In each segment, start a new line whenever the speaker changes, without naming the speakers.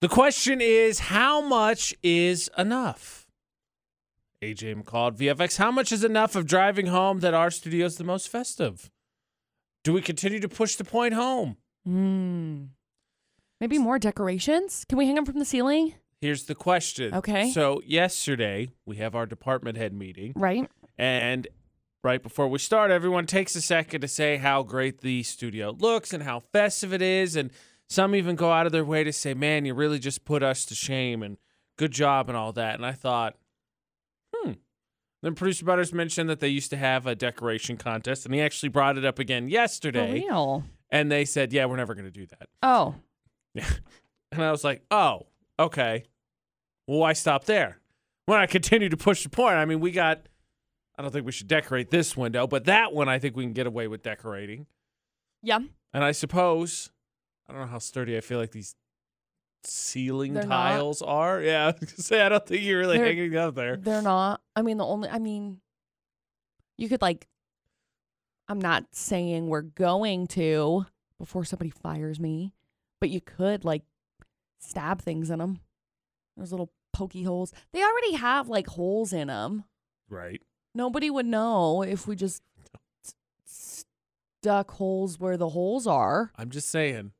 The question is, how much is enough? AJ McCall at VFX, how much is enough of driving home that our studio is the most festive? Do we continue to push the point home?
Mm. Maybe more decorations? Can we hang them from the ceiling?
Here's the question.
Okay.
So yesterday we have our department head meeting,
Right?
and right before we start, everyone takes a second to say how great the studio looks and how festive it is, and some even go out of their way to say, "Man, you really just put us to shame," and "Good job," and all that. And I thought, hmm. Then producer Butters mentioned that they used to have a decoration contest, and he actually brought it up again
For
yesterday,
real.
and they said, "Yeah, we're never going to do that."
Oh,
And I was like, oh, okay. Well, why stop there? When I continue to push the point, I mean, we got, I don't think we should decorate this window, but that one I think we can get away with decorating.
yeah.
And I suppose, I don't know how sturdy I feel like these ceiling
They're not.
tiles are. Yeah, I was gonna say, I don't think you're really
They're-
hanging out there.
They're not. I mean, the only, I mean, you could like, I'm not saying we're going to before somebody fires me, but you could like stab things in them. There's little pokey holes. They already have like holes in them.
Right.
Nobody would know if we just s- stuck holes where the holes are.
I'm just saying,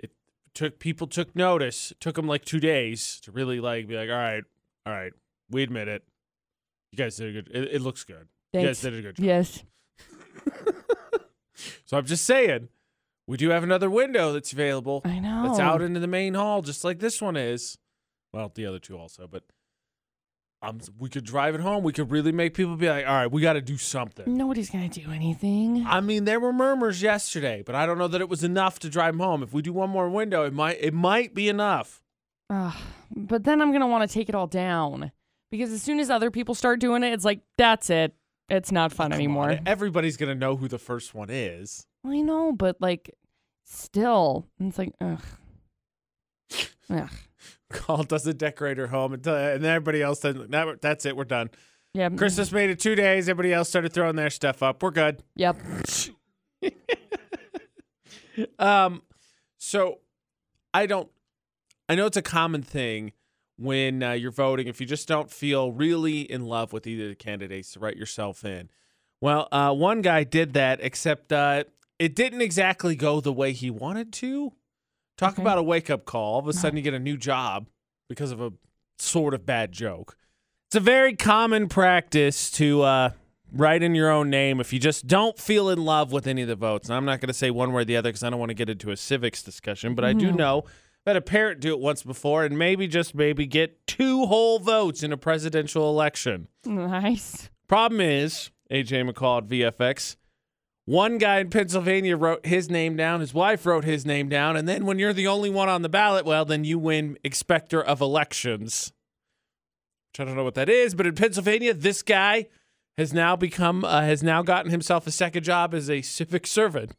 it took, people took notice. It took them like two days to really like be like, all right, all right, we admit it. You guys did a good, it, it looks good. You guys
Thanks.
did a good job.
Yes.
So I'm just saying, we do have another window that's available
I know.
that's out into the main hall, just like this one is. Well, the other two also, but um, we could drive it home. We could really make people be like, all right, we got to do something.
Nobody's going to do anything.
I mean, there were murmurs yesterday, but I don't know that it was enough to drive them home. If we do one more window, it might it might be enough.
Ugh, but then I'm going to want to take it all down because as soon as other people start doing it, it's like, that's it. It's not fun
Eh,
anymore.
Everybody's gonna know who the first one is.
I know, but like, still, it's like, ugh. Ugh.
Call does the decorator home, and, tell- and then everybody else said, "Nah, "That's it, we're done."
Yeah. mm,
Christmas made it two days. Everybody else started throwing their stuff up. We're good.
Yep.
Um, so I don't. I know it's a common thing when uh, you're voting. If you just don't feel really in love with either of the candidates, to write yourself in. Well, uh, one guy did that, except uh, it didn't exactly go the way he wanted to. Talk
Okay.
about a wake up call. All of a sudden, you get a new job because of a sort of bad joke. It's a very common practice to uh, write in your own name if you just don't feel in love with any of the votes. And I'm not going to say one way or the other because I don't want to get into a civics discussion, but I do
No.
know that a parent do it once before and maybe just maybe get two whole votes in a presidential election.
Nice.
Problem is, AJ McCall at VFX, one guy in Pennsylvania wrote his name down, his wife wrote his name down, and then when you're the only one on the ballot, well, then you win Inspector of Elections. Which I don't know what that is, but in Pennsylvania, this guy has now become, uh, has now gotten himself a second job as a civic servant.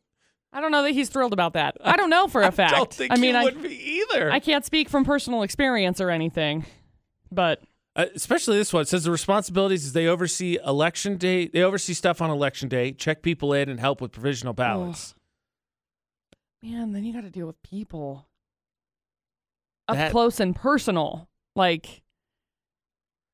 I don't know that he's thrilled about that. I don't know for a fact.
I don't think
I mean,
he
I,
would be either.
I can't speak from personal experience or anything, but
Uh, especially this one it says the responsibilities is they oversee election day they oversee stuff on election day check people in and help with provisional ballots
man, then you got to deal with people up
That-
close and personal. Like,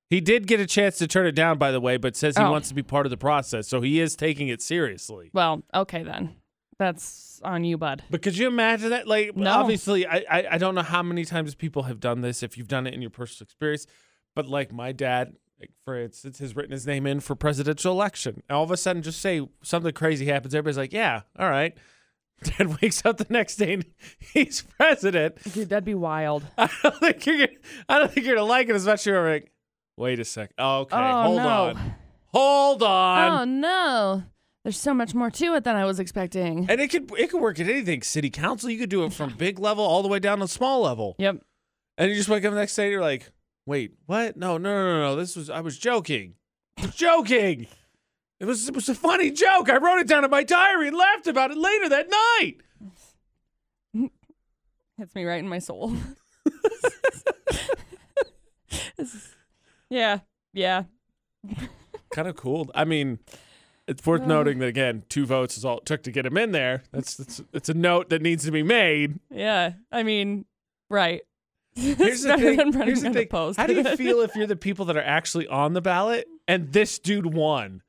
He did get a chance to turn it down, by the way, but says he
Oh.
wants to be part of the process. So he is taking it seriously.
well, okay then. That's on you, bud.
But could you imagine that? Like,
No.
obviously, I, I, I don't know how many times people have done this if you've done it in your personal experience. But like my dad, like, for instance, has written his name in for presidential election. And all of a sudden, just say something crazy happens. Everybody's like, yeah, all right. Dad wakes up the next day and he's president.
Dude, that'd be wild.
I don't think you're gonna, I don't think you're gonna like it as much. as You're like, wait a sec. Okay,
Oh,
hold
no.
on, hold on.
oh no. There's so much more to it than I was expecting.
And it could it could work at anything. City council, you could do it from big level all the way down to small level.
Yep.
And you just wake up the next day, and you're like, wait, what? No, no, no, no, no. This was I was joking, I was joking. It was it was a funny joke. I wrote it down in my diary and laughed about it later that night.
Hits me right in my soul. This is- yeah. Yeah.
Kind of cool. I mean. It's worth
Uh.
noting that again, two votes is all it took to get him in there. That's that's it's a note that needs to be made.
Yeah. I mean, right.
Here's the
Better
thing.
than running
Here's the
on a
thing.
post.
How do you feel if you're the people that are actually on the ballot and this dude won?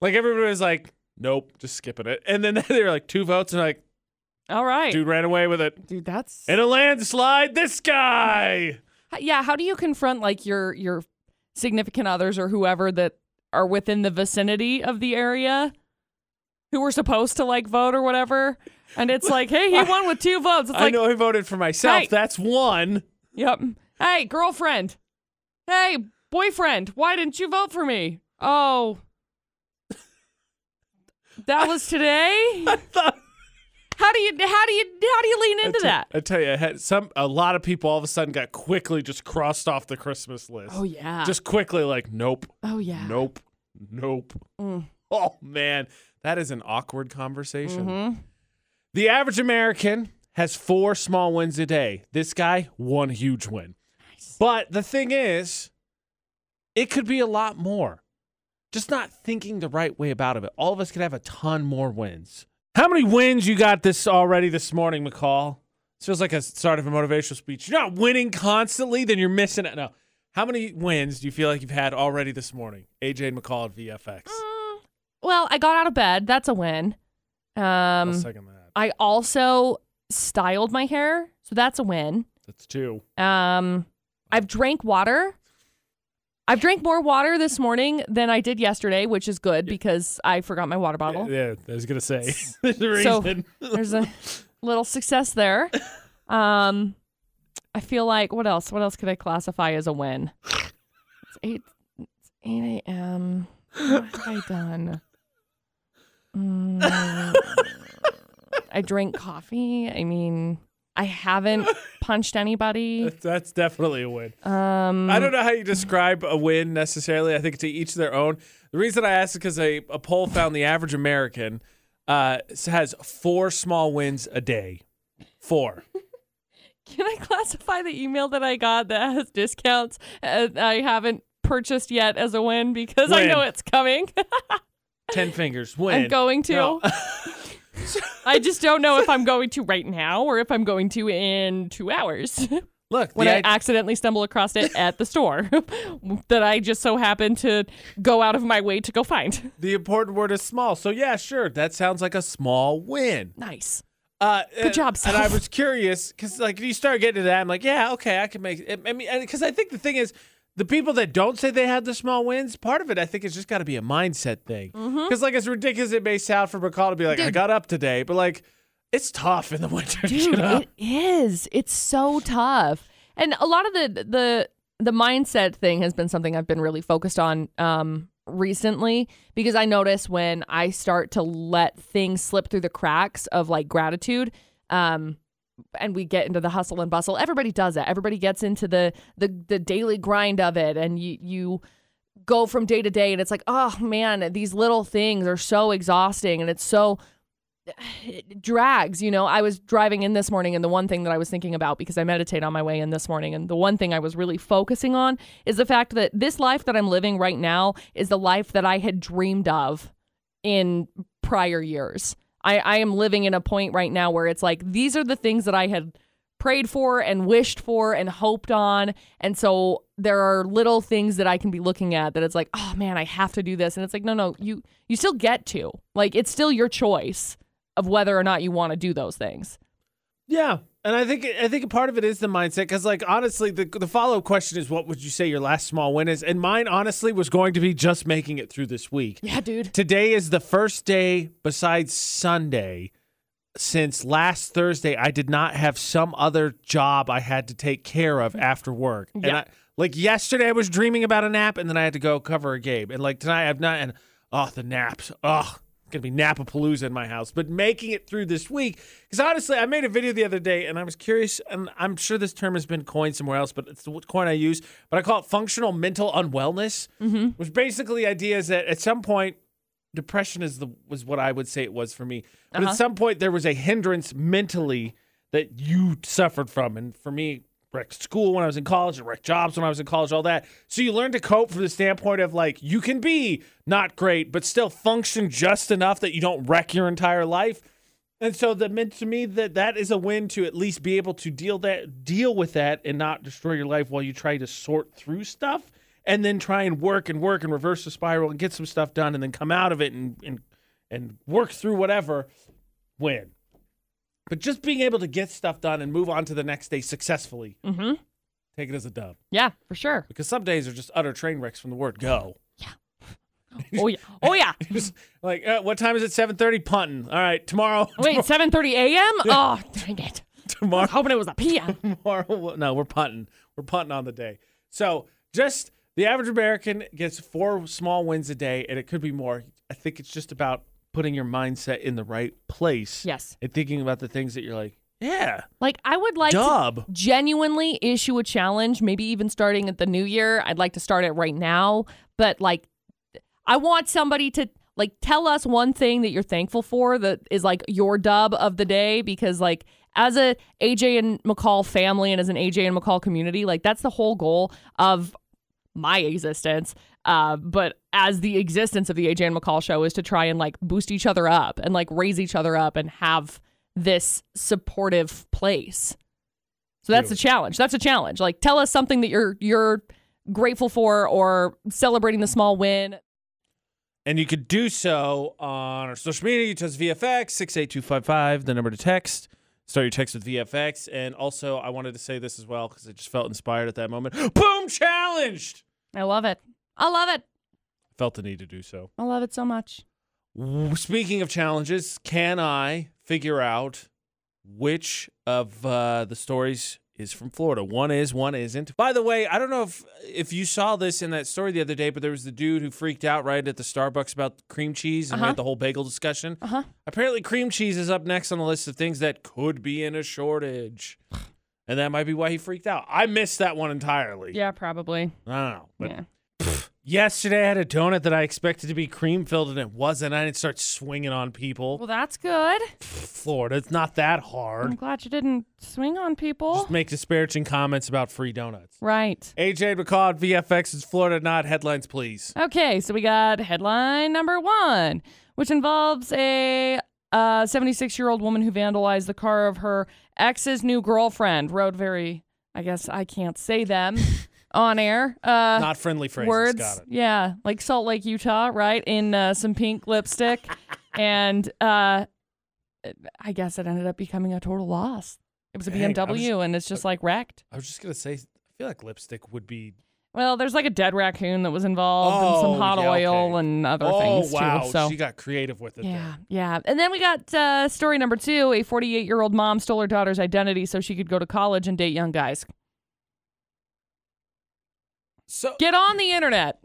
Like everybody was like, "Nope, just skipping it," and then they were like two votes and like,
All right, dude.
"Dude ran away with it
that's
in a landslide." This guy.
H- yeah. How do you confront like your your significant others or whoever that are within the vicinity of the area who were supposed to like vote or whatever? And it's like, hey, he won with two votes. It's
I
like,
know I voted for myself.
Hey.
That's one.
yep. Hey, girlfriend. Hey, boyfriend. Why didn't you vote for me? Oh, that was today.
I thought
How do you how do you how do you lean into
I
that?
te- I tell you, I had some a lot of people all of a sudden got quickly just crossed off the Christmas list.
Oh yeah.
Just quickly, like, nope,
oh yeah.
nope, nope.
Mm.
Oh man, that is an awkward conversation.
Mhm.
The average American has four small wins a day. This guy, one huge win. But the thing is, it could be a lot more. Just not thinking the right way about it. All of us could have a ton more wins. How many wins you got this already this morning, McCall? This feels like a start of a motivational speech. You're not winning constantly, then you're missing it. No. How many wins do you feel like you've had already this morning? AJ and McCall at VFX.
Mm. Well, I got out of bed. That's a win.
I'll
Um,
second that.
I also styled my hair, so that's a win.
That's two.
Um, I've drank water. I've drank more water this morning than I did yesterday, which is good because I forgot my water bottle.
Yeah, I was gonna say. There's a
So-
reason.
There's a little success there. Um, I feel like what else? What else could I classify as a win? It's eight. It's eight a.m. What have I done? Mm, I drink coffee. I mean, I haven't punched anybody.
That's- That's definitely a win.
Um,
I don't know how you describe a win necessarily. I think to each their own. The reason I asked is because a, a poll found the average American uh, has four small wins a day. Four.
Can I classify the email that I got that has discounts uh, I haven't purchased yet as a win because I
Win.
know it's coming.
Ten fingers. Win.
I'm going to.
No.
I just don't know if I'm going to right now or if I'm going to in two hours
Look,
when
the
I
id-
accidentally stumble across it at the store that I just so happened to go out of my way to go find.
the important word is small. So yeah, sure. That sounds like a small win.
Nice.
Uh,
Good job,
And I
Soph.
was curious because, like, you start getting to that, I'm like, yeah, okay, I can make. It. I mean, because I think the thing is, the people that don't say they had the small wins, part of it, I think, it's just got to be a mindset thing. Because, like, as ridiculous as it may sound for McCall to be like, I
Mm-hmm. Dude.
got up today, but like, it's tough in the winter. to
Dude,
get up.
it is. It's so tough. And a lot of the the the mindset thing has been something I've been really focused on um recently because I notice when I start to let things slip through the cracks of like gratitude um and we get into the hustle and bustle everybody does it everybody gets into the the the daily grind of it and you you go from day to day and it's like oh man these little things are so exhausting and it's so it drags you know i was driving in this morning and the one thing that i was thinking about because i meditate on my way in this morning and the one thing i was really focusing on is the fact that this life that i'm living right now is the life that i had dreamed of in prior years i, I am living in a point right now where it's like these are the things that i had prayed for and wished for and hoped on and so there are little things that i can be looking at that it's like oh man i have to do this and it's like no no you you still get to like it's still your choice of whether or not you want to do those things.
Yeah, and I think I think a part of it is the mindset because, like, honestly, the the follow up question is, what would you say your last small win is? And mine, honestly, was going to be just making it through this week.
Yeah, dude.
Today is the first day besides Sunday since last Thursday I did not have some other job I had to take care of after work. And
Yeah.
I, like yesterday I was dreaming about a nap and then I had to go cover a game. And like tonight I've not and oh the naps. Oh gonna be Napapalooza in my house. But making it through this week because honestly I made a video the other day and I was curious and I'm sure this term has been coined somewhere else, but it's the coin I use. But I call it functional mental unwellness, which basically the idea is that at some point depression is the was what I would say it was for me. But at
Uh-huh.
some point there was a hindrance mentally that you suffered from. And for me, wrecked school when I was in college, and wrecked jobs when I was in college, all that. So you learn to cope from the standpoint of like you can be not great, but still function just enough that you don't wreck your entire life. And so that meant to me that that is a win to at least be able to deal that deal with that and not destroy your life while you try to sort through stuff and then try and work and work and reverse the spiral and get some stuff done and then come out of it and and, and work through whatever win. But just being able to get stuff done and move on to the next day successfully,
Mm-hmm.
take it as a dub.
Yeah, for sure.
Because some days are just utter train wrecks from the word go.
Oh yeah. Oh yeah.
Just like, uh, what time is it? 7.30? Punting. All right, tomorrow.
Wait, 7:30 a.m. Oh dang it! I
tomorrow.
was hoping it was a p.m.
tomorrow. we'll- No, we're punting. We're punting on the day. So just the average American gets four small wins a day, and it could be more. I think it's just about putting your mindset in the right place
Yes.
and thinking about the things that you're like, yeah,
Like I would like to
dub.
genuinely issue a challenge, maybe even starting at the new year. I'd like to start it right now, but like I want somebody to like tell us one thing that you're thankful for that is like your dub of the day because like as a AJ and McCall family and as an AJ and McCall community, like that's the whole goal of my existence. Uh, but as the existence of the AJ and McCall show is to try and like boost each other up and like raise each other up and have this supportive place. So that's
Dude.
a challenge. That's a challenge. Like tell us something that you're you're grateful for or celebrating the small win.
And you could do so on our social media. You test VFX, 68255, the number to text. Start your text with VFX. And also, I wanted to say this as well because I just felt inspired at that moment. Boom, challenged!
I love it. I love it.
Felt the need to do so.
I love it so much.
W- Speaking of challenges, can I figure out which of uh, the stories is from Florida? One is, one isn't. By the way, I don't know if if you saw this in that story the other day, but there was the dude who freaked out right at the Starbucks about cream cheese and we
Uh-huh.
had the whole bagel discussion.
Uh huh.
Apparently, cream cheese is up next on the list of things that could be in a shortage, and that might be why he freaked out. I missed that one entirely.
Yeah, probably.
I don't know, but
yeah.
Yesterday, I had a donut that I expected to be cream filled and it wasn't. I didn't start swinging on people.
Well, that's good.
Florida, it's not that hard.
I'm glad you didn't swing on people.
Just make disparaging comments about free donuts.
Right.
AJ McCall at VFX is Florida not headlines, please.
Okay, so we got headline number one, which involves a 76 year old woman who vandalized the car of her ex's new girlfriend. Wrote very, I guess I can't say them on air. Uh,
Not friendly phrases.
words.
Got it.
Yeah, like Salt Lake, Utah, right? In uh, some pink lipstick, and uh, I guess it ended up becoming a total loss. It was a
Dang, I was-
BMW, and it's just like wrecked.
I was just gonna say, I feel like lipstick would be.
Well, there's like a dead raccoon that was involved, and
Oh,
some hot
yeah,
oil
okay.
and other
oh
things
wow,
too. So.
she got creative with it. there.
yeah, yeah. And then we got uh, story number two. A 48 year old mom stole her daughter's identity so she could go to college and date young guys.
So
Get on the internet.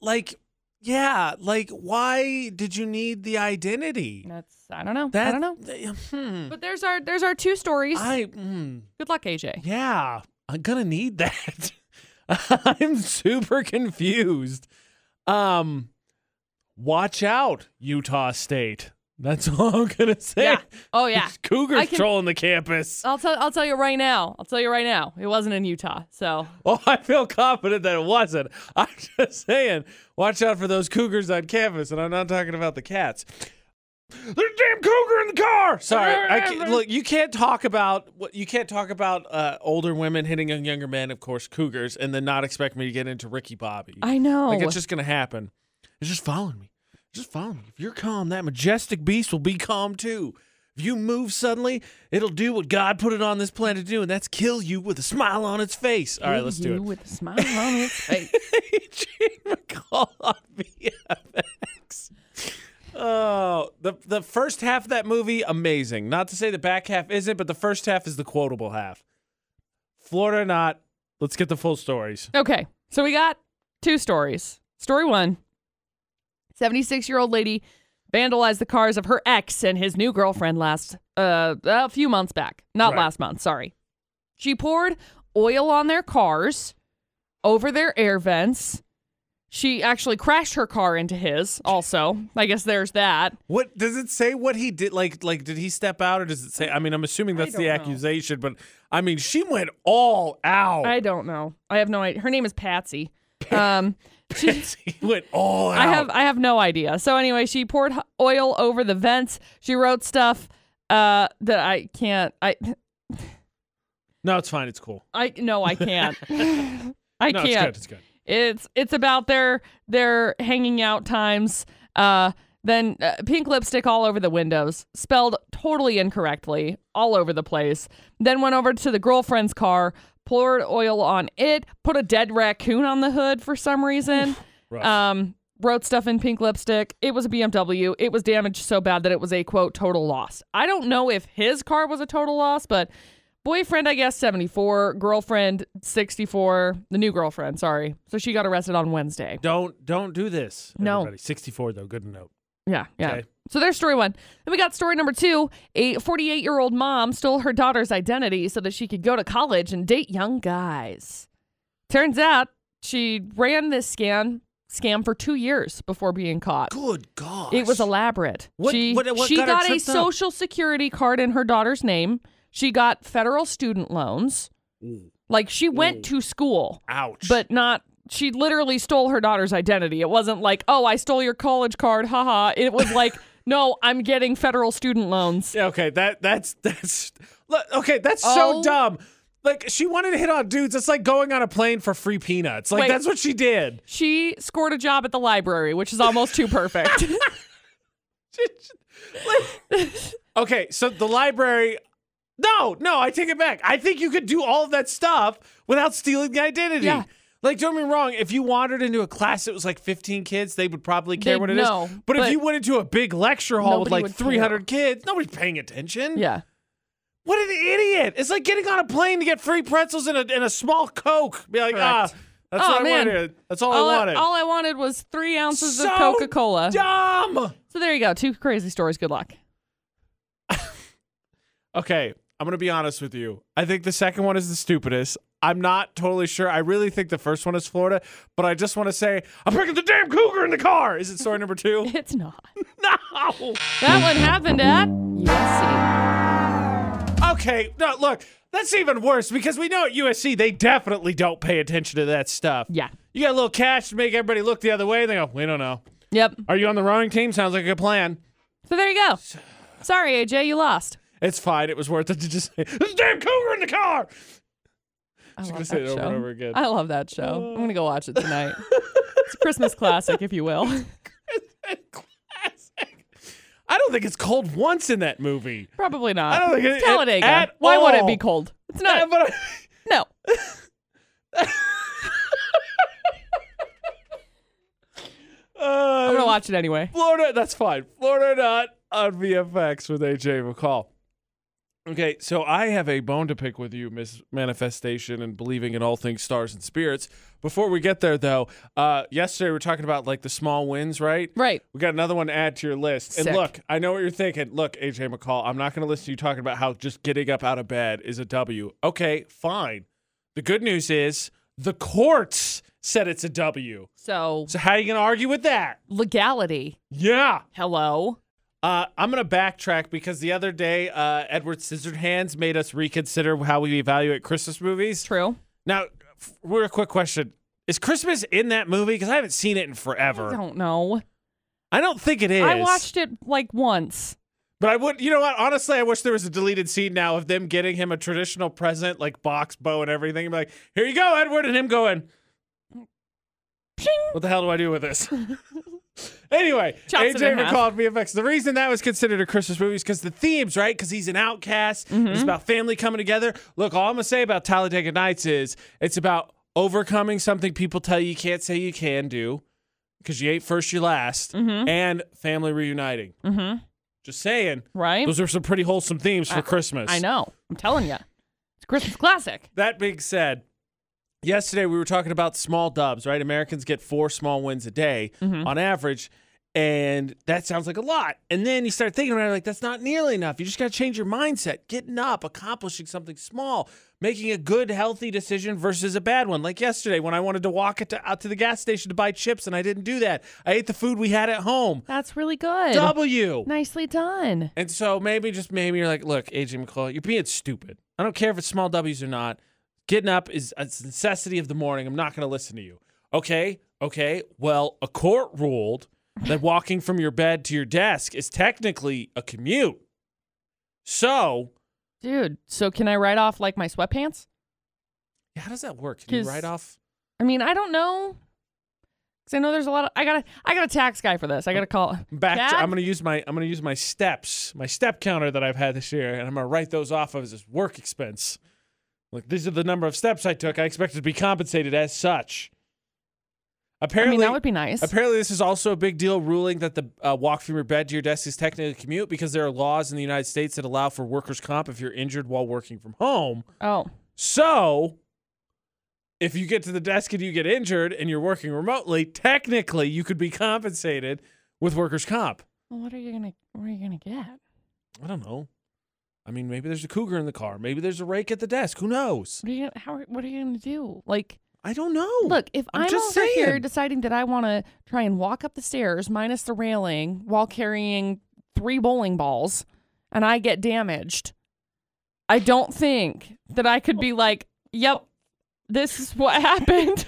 like, yeah, like, why did you need the identity?
That's, I don't know.
That
I don't know.
Hmm.
But there's our there's our two stories.
I. Hmm.
Good luck, AJ.
Yeah, I'm gonna need that. I'm super confused. Um, watch out, Utah State. That's all I'm gonna say.
Yeah. Oh yeah.
There's Cougars
I can-
trolling the campus.
I'll tell I'll tell you right now. I'll tell you right now. It wasn't in Utah. So
Oh, I feel confident that it wasn't. I'm just saying, watch out for those Cougars on campus, and I'm not talking about the cats. There's a damn cougar in the car. Sorry, I can't, look. You can't talk about what you can't talk about uh, older women hitting on younger men. Of course, cougars, and then not expect me to get into Ricky Bobby.
I know.
Like it's just gonna happen. It's just following me. It's just following me. If you're calm, that majestic beast will be calm too. If you move suddenly, it'll do what God put it on this planet to do, and that's kill you with a smile on its face. All right, let's do it.
With a smile on his face.
Gene McCall on VFX. Oh, the the first half of that movie amazing. Not to say the back half isn't, but the first half is the quotable half. Florida or not, let's get the full stories.
Okay. So we got two stories. Story one 76 year old lady vandalized the cars of her ex and his new girlfriend last, uh, a few months back. Not
Right.
last month, sorry. She poured oil on their cars over their air vents. She actually crashed her car into his, also. I guess there's that.
What does it say? What he did? Like like did he step out or does it say? I mean, I'm assuming
I
that's the
don't know.
accusation, but I mean, she went all out.
I don't know. I have no idea. Her name is Patsy. Um, she,
she went all out.
I have I have no idea. So anyway, she poured h- oil over the vents. She wrote stuff uh, that I can't. I
No, it's fine. It's cool.
I no, I can't. I
no,
can't.
it's good. It's good.
It's it's about their their hanging out times. Uh, then uh, pink lipstick all over the windows, spelled totally incorrectly, all over the place. Then went over to the girlfriend's car, poured oil on it, put a dead raccoon on the hood for some reason.
Rough.
um, wrote stuff in pink lipstick. It was a BMW. It was damaged so bad that it was a quote total loss. I don't know if his car was a total loss, but boyfriend, I guess 74, girlfriend 64, the new girlfriend, sorry. So she got arrested on Wednesday.
don't don't do this.
No.
Everybody. 64 though. Good note.
Yeah, yeah.
Okay.
So there's story one. Then we got story number two. A 48 year old mom stole her daughter's identity so that she could go to college and date young guys. Turns out she ran this scam scam for two years before being caught.
Good God.
It was elaborate.
What-
she
what- what
she
got her
got, a
tripped up?
social security card in her daughter's name. She got federal student loans.
Ooh,
Like she went to school,
ouch.
but not. She literally stole her daughter's identity. It wasn't like, oh, I stole your college card, haha. It was like, no, I'm getting federal student loans.
Yeah, okay, that that's that's look, okay, that's so
Oh.
dumb. Like she wanted to hit on dudes. It's like going on a plane for free peanuts. Like
Wait.
that's what she did.
She scored a job at the library, which is almost too perfect.
Okay, so the library No, no, I take it back. I think you could do all of that stuff without stealing the identity.
Yeah.
Like don't get me wrong, if you wandered into a class that was like 15 kids, they would probably care
They'd
what it is.
know,
But, if
but
you went into a big lecture hall with
nobody
like
would care.
300 kids, nobody's paying attention.
yeah.
What an idiot! It's like getting on a plane to get free pretzels and a, and a small Coke. Be like, ah,
Correct.
that's
Oh,
what I
man.
wanted. That's all,
all,
I
I
wanted.
all I wanted was three ounces
So
of Coca Cola.
Dumb.
So there you go. Two crazy stories. Good luck.
Okay, I'm gonna be honest with you. I think the second one is the stupidest. I'm not totally sure. I really think the first one is Florida, but I just want to say I'm picking the damn cougar in the car. Is it story number two?
It's not.
no.
That one happened at USC.
Okay, no, look, that's even worse because we know at USC they definitely don't pay attention to that stuff.
Yeah.
You got a little cash to make everybody look the other way. They go, we don't know.
Yep.
Are you on the rowing team? Sounds like a good plan.
So there you go. Sorry, AJ, you lost.
It's fine. It was worth it to just say, "This damn cougar in the car."
I
Just
love
gonna say
that
it over
show.
and over again.
I love that show. I'm gonna go watch it tonight. it's a Christmas classic, if you will.
Classic. I don't think it's cold once in that movie.
Probably not.
I don't think it-
it's Talladega.
at
Why would it
all.
be cold? It's
Yeah,
not.
but
No.
uh,
I'm gonna watch it anyway.
Florida. That's fine. Florida or not on VFX with AJ McCall. Okay, so I have a bone to pick with you, Miss Manifestation, and believing in all things stars and spirits. Before we get there, though, uh, yesterday we were talking about like the small wins, right?
Right.
We got another one to add to your list.
Sick.
And look, I know what you're thinking. Look, AJ McCall, I'm not going to listen to you talking about how just getting up out of bed is a W. Okay, fine. The good news is the courts said it's a W.
So
So how are you going to argue with that?
legality.
Yeah.
Hello.
Uh, I'm going to backtrack because the other day, uh, Edward Scissorhands made us reconsider how we evaluate Christmas movies.
True.
Now, f- real quick question. Is Christmas in that movie? Because I haven't seen it in
I
forever.
don't know.
I don't think it is.
I watched it like once.
But I would, you know what? Honestly, I wish there was a deleted scene now of them getting him a traditional present, like box, bow, and everything. And be like, here you go, Edward, and him going,
Pshing.
what the hell do I do with this? anyway,
Chops it in
AJ
half.
McCall at VFX. The reason that was considered a Christmas movie is because the themes, right? Because he's an outcast.
Mm-hmm.
It's about family coming together. Look, all I'm gonna say about Talladega Nights is it's about overcoming something people tell you you can't say you can do because you ain't first, you last, and family reuniting.
Mm-hmm.
Just saying.
Right.
Those are some pretty wholesome themes for Christmas.
I know. I'm telling you. It's a Christmas classic.
That being said, yesterday we were talking about small dubs, right? Americans get four small wins a day on average, and that sounds like a lot. And then you start thinking about it like that's not nearly enough. You just got to change your mindset, getting up, accomplishing something small, making a good, healthy decision versus a bad one. Like yesterday when I wanted to walk it to, out to the gas station to buy chips and I didn't do that. I ate the food we had at home.
That's really good.
W.
Nicely done.
And so maybe just maybe you're like, look, AJ McCall, you're being stupid. I don't care if it's small W's or not. Getting up is a necessity of the morning. I'm not going to listen to you. Okay, okay. Well, a court ruled that walking from your bed to your desk is technically a commute. So,
Dude, so can I write off like my sweatpants?
how does that work? Can you
'Cause-
write off?
I mean, I don't know. Cause I know there's a lot of I gotta I got a tax guy for this. I gotta call
Back. To,
Dad?
I'm gonna use my I'm gonna use my steps, my step counter that I've had this year, and I'm gonna write those off as this work expense. Like these are the number of steps I took. I expected to be compensated as such.
I
Apparently,
mean that would be nice.
Apparently, this is also a big deal ruling that the uh, walk from your bed to your desk is technically a commute because there are laws in the United States that allow for workers' comp if you're injured while working from home.
Oh.
So, if you get to the desk and you get injured and you're working remotely, technically you could be compensated with workers' comp.
Well, what are you gonna what are you gonna get?
I don't know. I mean, maybe there's a cougar in the car. Maybe there's a rake at the desk. Who knows?
What are you gonna how are, what are you gonna do? Like
I don't know.
Look, if
I'm
I'm,
just
over here
saying.
deciding that I want to try and walk up the stairs minus the railing while carrying three bowling balls and I get damaged, I don't think that I could be like, yep, this is what happened.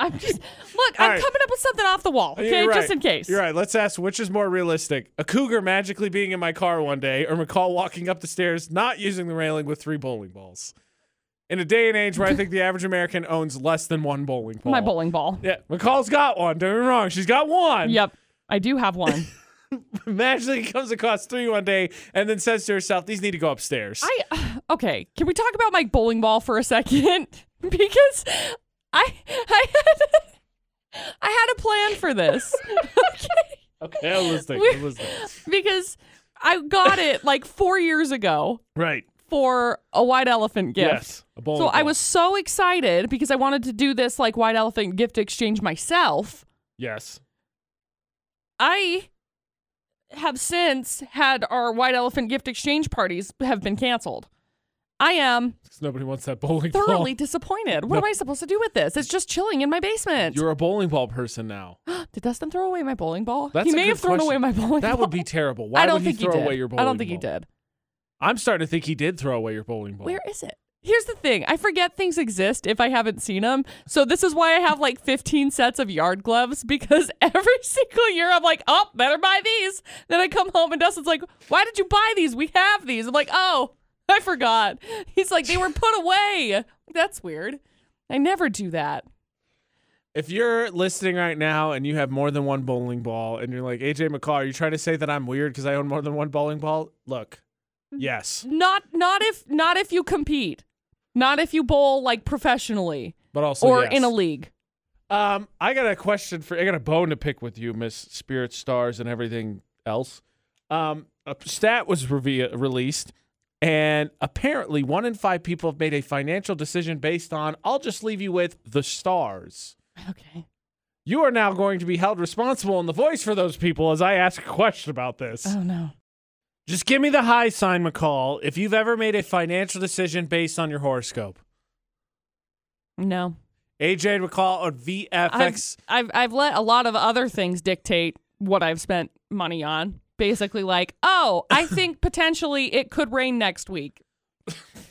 I'm just, look,
All
I'm
right.
coming up with something off the wall,
You're
okay?
right.
Just in case.
You're right. Let's ask which is more realistic: a cougar magically being in my car one day, or McCall walking up the stairs not using the railing with three bowling balls. In a day and age where I think the average American owns less than one bowling ball.
My bowling ball.
Yeah, McCall's got one. Don't get me wrong; she's got one.
Yep. I do have one.
Magically comes across three one day, and then says to herself, "These need to go upstairs."
I okay. Can we talk about my bowling ball for a second? Because I I had I had a plan for this. okay.
okay, I'm listening.
We're-
I'm listening.
Because I got it like four years ago
Right.
for a white elephant gift.
Yes. A bowling
So I
ball.
was so excited because I wanted to do this like white elephant gift exchange myself.
Yes.
I have since had our white elephant gift exchange parties have been canceled. I am
'Cause Nobody wants that bowling ball.
thoroughly disappointed. What am I supposed to do with this? It's just chilling in my basement.
You're a bowling ball person now.
Did Dustin throw away my bowling ball?
That's
he
a
may
good
have thrown
question.
away my bowling
That
ball.
would be terrible. Why
I don't
would
think
he throw
did.
away your bowling
I don't think
ball?
he did.
I'm starting to think he did throw away your bowling ball.
Where is it? Here's the thing. I forget things exist if I haven't seen them. So this is why I have like 15 sets of yard gloves because every single year I'm like, oh, better buy these. Then I come home and Dustin's like, why did you buy these? We have these. I'm like, oh, I forgot. He's like, they were put away. That's weird. I never do that.
If you're listening right now and you have more than one bowling ball and you're like, AJ McCall, are you trying to say that I'm weird because I own more than one bowling ball? Look,
Mm-hmm.
yes,
Not not if not if you compete. Not if you bowl like professionally
but also
or
yes.
in a league.
Um, I got a question for. I got a bone to pick with you, Miss Spirit Stars, and everything else. Um, a stat was reve- released, and apparently, one in five people have made a financial decision based on. I'll just leave you with the stars.
Okay.
You are now going to be held responsible in the voice for those people as I ask a question about this.
Oh no.
Just give me the high sign, McCall, if you've ever made a financial decision based on your horoscope.
No.
AJ McCall on VFX.
I've I've let a lot of other things dictate what I've spent money on. Basically, like, oh, I think potentially it could rain next week.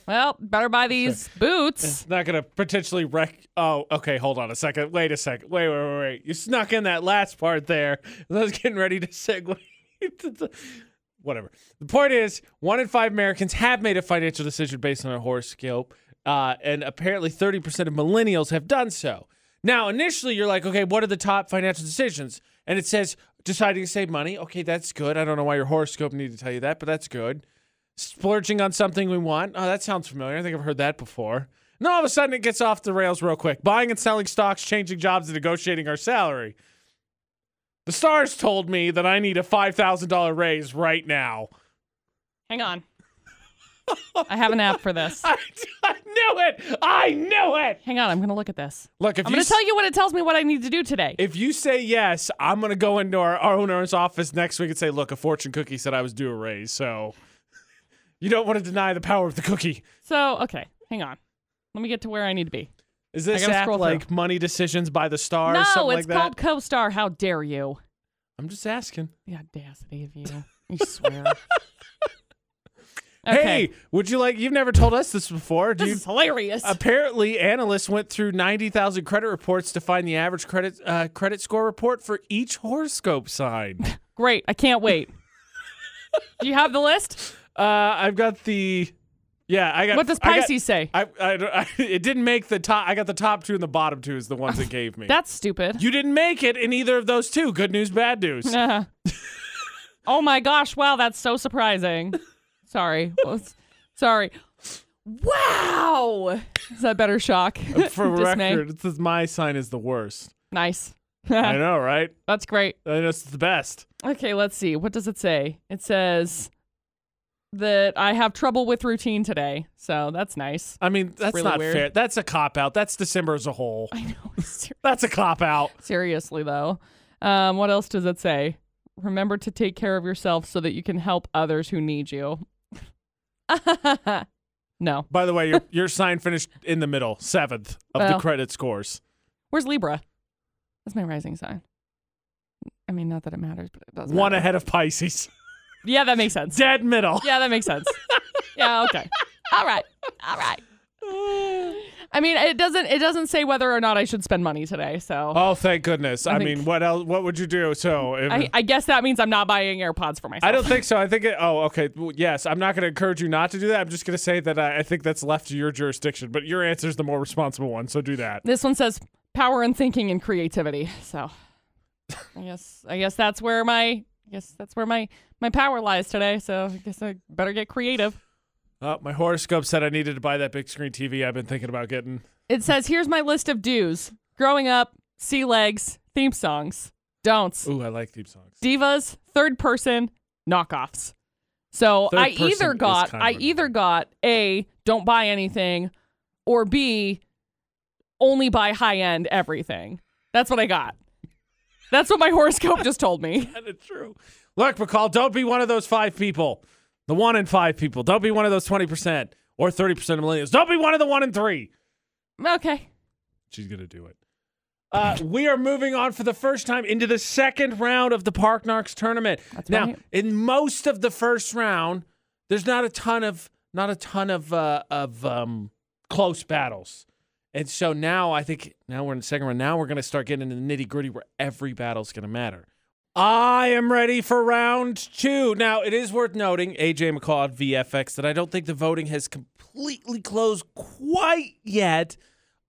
Well, better buy these boots.
It's not going to potentially wreck. Oh, okay. Hold on a second. Wait a second. Wait, wait, wait, wait. You snuck in that last part there. I was getting ready to segue. into the- Whatever. The point is, one in five Americans have made a financial decision based on a horoscope, uh, and apparently 30% of millennials have done so. Now, initially, you're like, okay, what are the top financial decisions? And it says deciding to save money. Okay, that's good. I don't know why your horoscope needed to tell you that, but that's good splurging on something we want. Oh, that sounds familiar. I think I've heard that before. And all of a sudden, it gets off the rails real quick. Buying and selling stocks, changing jobs, and negotiating our salary. The stars told me that I need a five thousand dollar raise right now.
Hang on. I have an app for this.
I, I knew it. I knew it.
Hang on, I'm gonna look at this.
Look, if
I'm
you
gonna
s-
tell you what it tells me what I need to do today.
if you say yes, I'm gonna go into our, our owner's office next week and say, "Look, a fortune cookie said I was due a raise." So you don't want to deny the power of the cookie.
So, okay, hang on. Let me get to where I need to be.
Is this
gotta
app
scroll through.
like money decisions by the stars?
no,
something like
it's
that?
called CoStar. How dare you?
I'm just asking.
The audacity of you. You swear.
Hey, would you like? You've never told us this before,
this
dude.
is hilarious.
Apparently, analysts went through ninety thousand credit reports to find the average credit uh, credit score report for each horoscope sign.
Great. I can't wait. Do you have the list?
Uh, I've got the. Yeah, I got.
What does
I got-
Pisces say?
I, I, don't- I- it didn't make the top. I got the top two and the bottom two is the ones it gave me.
That's stupid.
you didn't make it in either of those two. Good news, bad news.
Uh-huh. oh my gosh! Wow, that's so surprising. Sorry. Well, it's- Sorry. Wow. Is that better shock?
For
Dismay.
record, this is my sign is the worst.
Nice.
I know, right?
that's great.
I know it's the best.
Okay, let's see. What does it say? It says that I have trouble with routine today. So that's nice.
I mean, that's
really
not
weird.
fair. That's a cop out. That's December as a whole.
I know. ser-
That's a cop out.
Seriously, though. Um, what else does it say? Remember to take care of yourself so that you can help others who need you. no.
By the way, your your sign finished in the middle, seventh of the
Well.
credit scores.
Where's Libra? That's my rising sign. I mean, not that it matters, but it does.
One
matter.
ahead of Pisces.
Yeah, that makes sense.
Dead middle.
Yeah, that makes sense. yeah, okay. All right. All right. I mean, it doesn't it doesn't say whether or not I should spend money today, so
Oh, thank goodness. I,
I think-
mean, what else? What would you do? So, if,
I, I guess that means I'm not buying AirPods for myself.
I don't think so. I think it. Oh, okay. Well, yes, I'm not going to encourage you not to do that. I'm just going to say that I, I think that's left to your jurisdiction. But your answer is the more responsible one, so do that.
This one says power in thinking and creativity. So I guess I guess that's where my I guess that's where my my power lies today. So I guess I better get creative.
Uh, my horoscope said I needed to buy that big screen TV I've been thinking about getting.
It says here's my list of do's: growing up, sea legs, theme songs, don'ts,
Ooh, I like theme songs.
divas, third person, knockoffs. So
Third
I
person
either
is
got
kind of
I
annoying.
either got A, don't buy anything, or B, only buy high end everything. That's what I got. That's what my horoscope just told me.
That is true. Look, McCall, don't be one of those five people. The one in five people. Don't be one of those 20% or 30% of millennials. Don't be one of the one in three.
Okay.
She's going to do it. Uh, we are moving on for the first time into the second round of the Park Narks tournament.
That's
now,
right.
in most of the first round, there's not a ton of not a ton of uh, of um, close battles, and so now I think now we're in the second round. Now we're going to start getting into the nitty gritty where every battle's going to matter. I am ready for round two. Now, it is worth noting, AJ McCall at VFX, that I don't think the voting has completely closed quite yet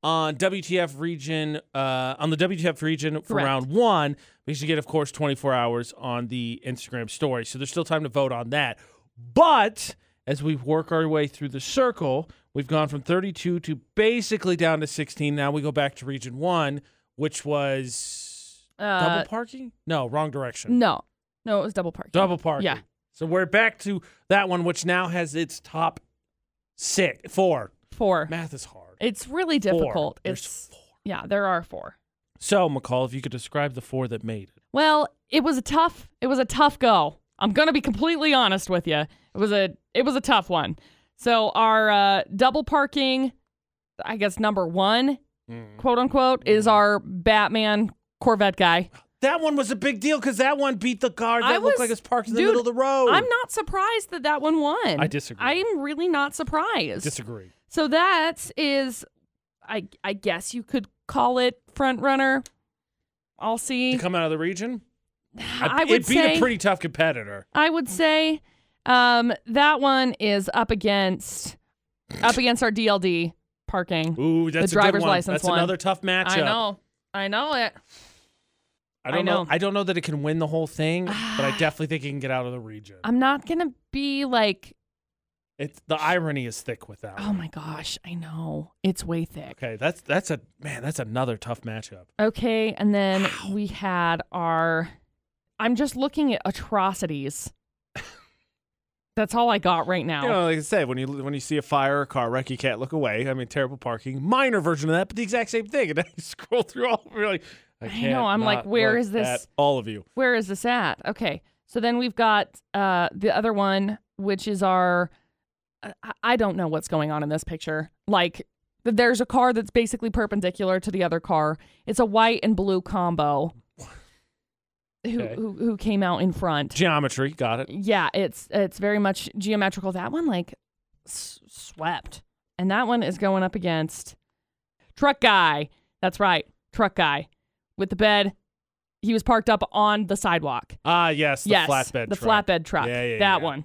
on WTF region, uh, on the WTF region for
Correct.
round one, because you get, of course, 24 hours on the Instagram story. So there's still time to vote on that. But as we work our way through the circle, we've gone from 32 to basically down to 16. Now we go back to region one, which was
Uh,
double parking? No, wrong direction.
no. No, it was double park.
Double parking.
Yeah.
So we're back to that one, which now has its top six, four.
Four.
Math is hard.
It's really
Four.
difficult.
There's
It's
four.
yeah, there are four.
So McCall, if you could describe the four that made it.
Well, it was a tough it was a tough go. I'm going to be completely honest with you. It was a it was a tough one. So our uh, double parking I guess number 1,
Mm.
quote unquote, is our Batman Corvette guy.
That one was a big deal because that one beat the car that
I
looked
was-
like it's parked in the
dude,
middle of the road.
I'm not surprised that that one won.
Oh. I disagree.
I'm really not surprised.
disagree.
so that is I I guess you could call it front runner. I'll see.
To come out of the region,
I would
it beat
say
a pretty tough competitor.
I would say um, that one is up against up against our DLD parking.
Ooh, that's a good
driver's
one.
license
That's
one.
another tough matchup.
I know, I know it.
I don't
I know.
I don't know that it can win the whole thing, but I definitely think it can get out of the region.
I'm not gonna be like,
It's the irony is thick with that.
oh
one.
my gosh, I know it's way thick.
Okay, that's that's a man. That's another tough matchup.
Okay, and then we had our. I'm just looking at atrocities. That's all I got right now.
You know, like I said, when you when you see a fire or a car wreck, you can't look away. I mean, terrible parking, minor version of that, but the exact same thing. And then you scroll through all, you're like, I can't.
know, I'm like,
not
where
look
is this-
at all of you.
Where is this at? Okay. So then we've got uh, the other one, which is our. uh, I- I don't know what's going on in this picture. Like, th- there's a car that's basically perpendicular to the other car. It's a white and blue combo. Who
Okay.
who, who came out in front?
Geometry, got it.
Yeah, it's it's very much geometrical. That one like s- swept, and that one is going up against truck guy. That's right, truck guy with the bed He was parked up on the sidewalk.
Ah, yes, the
yes,
flatbed.
the
truck.
flatbed truck.
Yeah, yeah,
that
yeah.
one.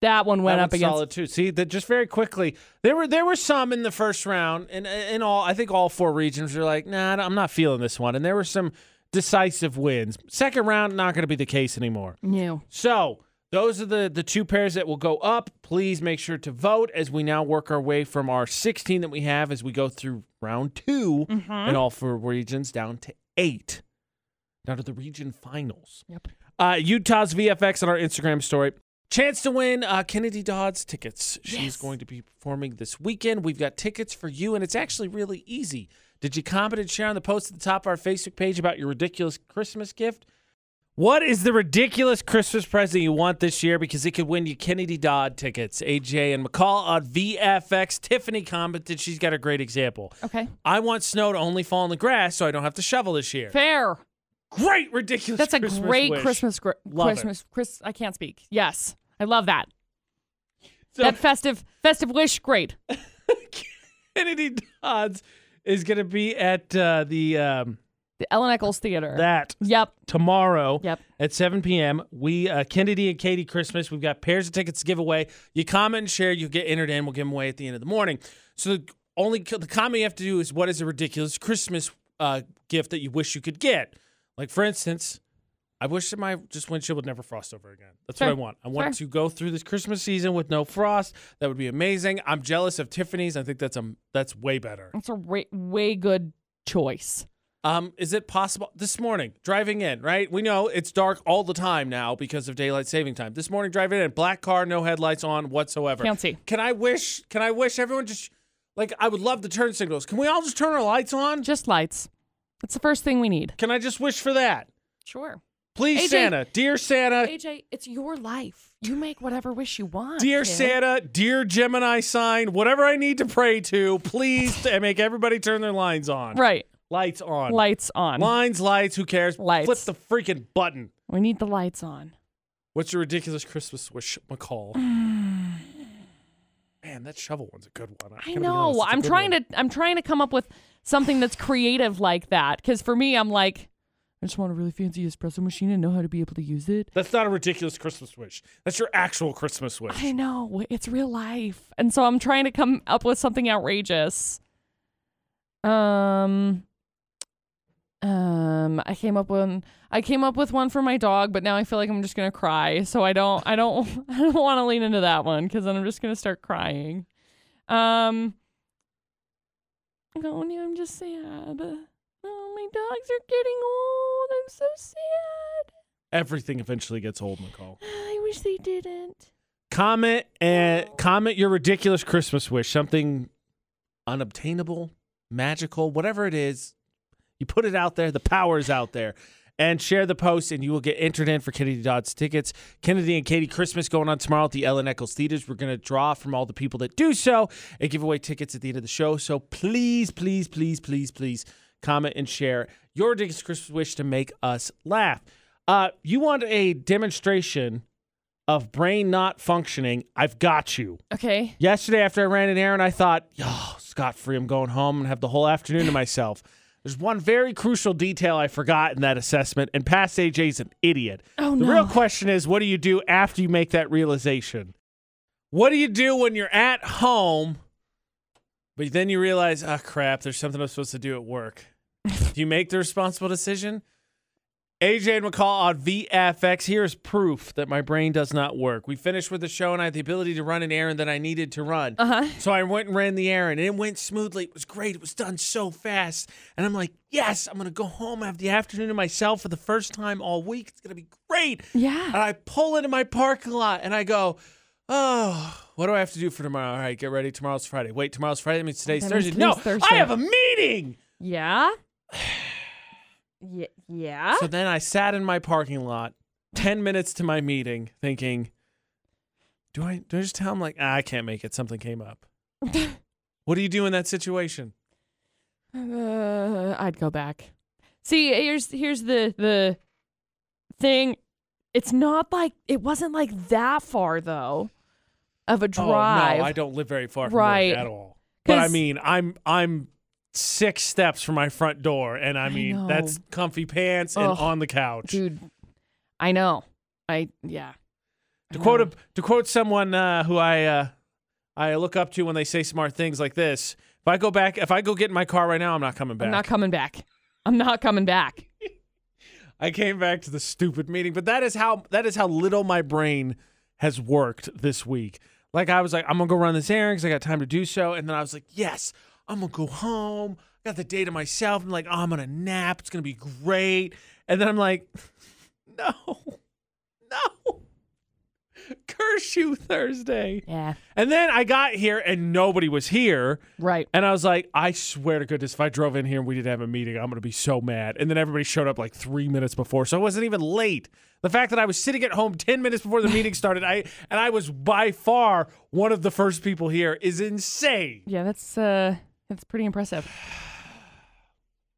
That one went
That
up
one's
against.
solid too. See, that just very quickly. There were there were some in the first round, and in all, I think all four regions were like, nah, I'm not feeling this one. And there were some decisive wins. Second round, not going to be the case anymore.
Yeah.
So those are the the two pairs that will go up. Please make sure to vote as we now work our way from our 16 that we have as we go through round 2
Mhm.
and all four regions down to eight, down to the region finals.
Yep.
Uh, Utah's VFX on our Instagram story. Chance to win uh, Kennedy Dodds tickets. She's
Yes.
going to be performing this weekend. We've got tickets for you, and it's actually really easy. Did you comment and share on the post at the top of our Facebook page about your ridiculous Christmas gift? What is the ridiculous Christmas present you want this year? Because it could win you Kennedy Dodd tickets. AJ and McCall on VFX. Tiffany commented she's got a great example.
Okay.
I want snow to only fall on the grass so I don't have to shovel this year.
Fair.
Great, ridiculous.
That's a
Christmas
great
wish.
Christmas. Gr-
Love it.
Christmas. Chris. I can't speak. Yes, I love that.
So-
that festive festive wish. Great.
Kennedy Dodds is going to be at uh, the um,
The Ellen Eccles Theater.
that
Yep.
tomorrow
Yep.
at 7 p.m. We uh, Kennedy and Katie Christmas. We've got pairs of tickets to give away. You comment and share, you get entered in. We'll give them away at the end of the morning. So the only the comment you have to do is what is a ridiculous Christmas uh, gift that you wish you could get. Like for instance. I wish that my just windshield would never frost over again. That's what I
Fair.
want. I want
Fair.
to go through this Christmas season with no frost. That would be amazing. I'm jealous of Tiffany's. I think that's um that's way better.
That's a way, way good choice.
Um, is it possible this morning driving in? Right, we know it's dark all the time now because of daylight saving time. This morning driving in, black car, no headlights on whatsoever.
Can't see.
Can I wish? Can I wish everyone just like I would love the turn signals. Can we all just turn our lights on?
Just lights. It's the first thing we need.
Can I just wish for that?
Sure.
Please,
AJ
Santa, dear Santa,
AJ, it's your life. You make whatever wish you want.
dear
dude.
Santa, dear Gemini sign, whatever I need to pray to, please to make everybody turn their lines on.
Right.
Lights on.
Lights on.
Lines, lights. Who cares?
Lights.
Flip the freaking button.
we need the lights on.
What's your ridiculous Christmas wish, McCall? Man, that shovel one's a good one.
I know. I'm trying to I'm trying to come up with something that's creative like that cuz for me I'm like I just want a really fancy espresso machine and know how to be able to use it.
That's not a ridiculous Christmas wish. That's your actual Christmas wish.
I know. It's real life. And so I'm trying to come up with something outrageous. Um um I came up with I came up with one for my dog, but now I feel like I'm just going to cry. So I don't I don't I don't want to lean into that one cuz then I'm just going to start crying. Um Oh, no, I'm just sad. Oh, my dogs are getting old. I'm so sad.
Everything eventually gets old, McCall.
I wish they didn't.
Comment and comment your ridiculous Christmas wish. Something unobtainable, magical, whatever it is. You put it out there. The power's out there. And share the post, and you will get entered in for Kennedy Dodds tickets. Kennedy and Katie Christmas going on tomorrow at the Ellen Eccles Theaters. We're going to draw from all the people that do so and give away tickets at the end of the show. So please, please, please, please, please comment and share your ridiculous Christmas wish to make us laugh. Uh, you want a demonstration of brain not functioning? I've got you.
Okay.
Yesterday, after I ran an errand, I thought, oh, scot free, I'm going home and have the whole afternoon to myself. There's one very crucial detail I forgot in that assessment, and past AJ's an idiot.
Oh
the
no.
real question is, what do you do after you make that realization? What do you do when you're at home, but then you realize, oh, crap, there's something I'm supposed to do at work? do you make the responsible decision? AJ and McCall on VFX. Here is proof that my brain does not work. We finished with the show, and I had the ability to run an errand that I needed to run.
Uh-huh.
So I went and ran the errand, and it went smoothly. It was great. It was done so fast. And I'm like, yes, I'm going to go home, have the afternoon to myself for the first time all week. It's going to be great. And
Yeah.
I pull into my parking lot and I go, oh, what do I have to do for tomorrow? All right, get ready. Tomorrow's Friday. Wait, tomorrow's Friday. That means today's
Oh, That means
Thursday. no,
today's Thursday.
I have a meeting.
Yeah. yeah. Yeah.
So then I sat in my parking lot, 10 minutes to my meeting, thinking, do I, do I just tell him, like, ah, I can't make it? Something came up. What do you do in that situation?
Uh, I'd go back. See, here's here's the the thing. It's not like it wasn't like that far though of a drive.
Oh no, I don't live very far from
Right.
work at all. But I
'Cause-
mean, I'm I'm six steps from my front door, and I
I
mean
know.
that's comfy pants and
Ugh,
on the couch.
dude. I know. I yeah.
To
I
quote
know.
a, to quote someone uh, who I uh, I look up to when they say smart things like this. If I go back, if I go get in my car right now, I'm not coming back.
I'm not coming back. I'm not coming back.
I came back to the stupid meeting, but that is how that is how little my brain has worked this week. Like I was like, I'm gonna go run this errand because I got time to do so, and then I was like, yes, I'm gonna go home. I got the day to myself. I'm like, oh, I'm gonna nap. It's gonna be great. And then I'm like, no, no, curse you Thursday.
Yeah.
And then I got here and nobody was here.
Right.
And I was like, I swear to goodness, if I drove in here and we didn't have a meeting, I'm going to be so mad. And then everybody showed up like three minutes before, so I wasn't even late. The fact that I was sitting at home ten minutes before the meeting started, I and I was by far one of the first people here, is insane.
Yeah, that's uh that's pretty impressive.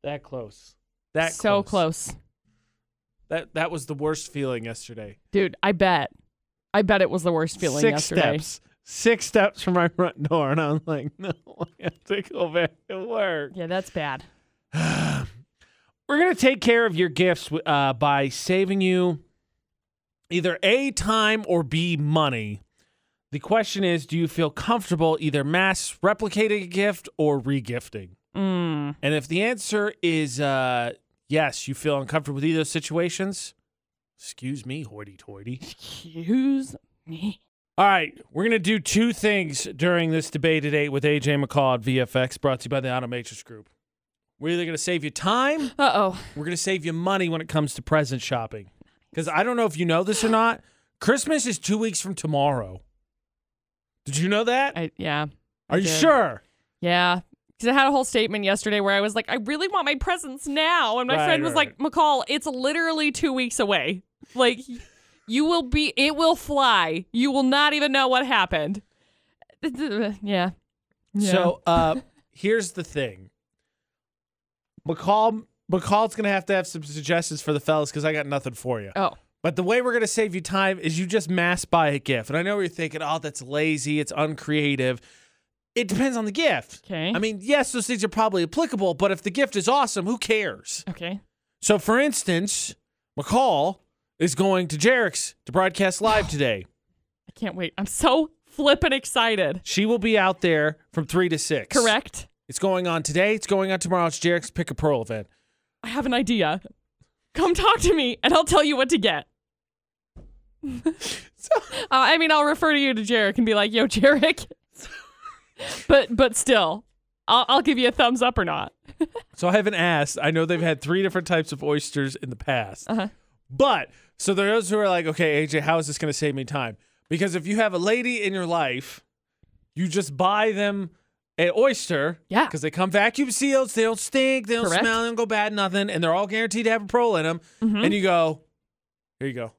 That close. That
so close.
That that was the worst feeling yesterday.
Dude, I bet. I bet it was the worst feeling
Six
yesterday.
steps. Six steps from my front door, and I was like, no, I have to go back to work.
Yeah, that's bad.
We're going to take care of your gifts uh, by saving you either A, time or B, money. The question is do you feel comfortable either mass replicating a gift or regifting?
Mm.
And if the answer is uh, yes, you feel uncomfortable with either of those situations, excuse me, hoity toity.
Excuse me.
All right, we're going to do two things during this debate today with AJ McCall at VFX, brought to you by the Automatrix Group. We're either going to save you time
Uh oh.
We're going to save you money when it comes to present shopping. Because I don't know if you know this or not. Christmas is two weeks from tomorrow. Did you know that?
I yeah.
Are you
did.
sure?
Yeah. Because I had a whole statement yesterday where I was like, I really want my presents now. And my
Right,
friend was
right,
like, McCall, it's literally two weeks away. Like, you will be, it will fly. You will not even know what happened. yeah. yeah.
So uh, here's the thing McCall, McCall's going to have to have some suggestions for the fellas because I got nothing for you.
oh,
But the way we're going to save you time is you just mass buy a gift. And I know you're thinking, oh, that's lazy, it's uncreative. It depends on the gift.
okay.
I mean, yes, those things are probably applicable, but if the gift is awesome, who cares?
okay.
So, for instance, McCall is going to Jarek's to broadcast live today.
I can't wait. I'm so flippin' excited.
She will be out there from three to six.
Correct?
It's going on today. It's going on tomorrow. It's Jarek's Pick a Pearl event.
I have an idea. Come talk to me and I'll tell you what to get. Uh, I mean, I'll refer to you to Jarek and be like, yo, Jarek. but but still, I'll, I'll give you a thumbs up or not.
So I haven't asked. I know they've had three different types of oysters in the past.
Uh-huh.
But so there are those who are like, okay, AJ, how is this going to save me time? Because if you have a lady in your life, you just buy them an oyster.
Yeah.
Because they come vacuum sealed, they don't stink, they don't
Correct.
smell, they don't go bad, nothing. And they're all guaranteed to have a pearl in them.
Mm-hmm.
And you go, here you go.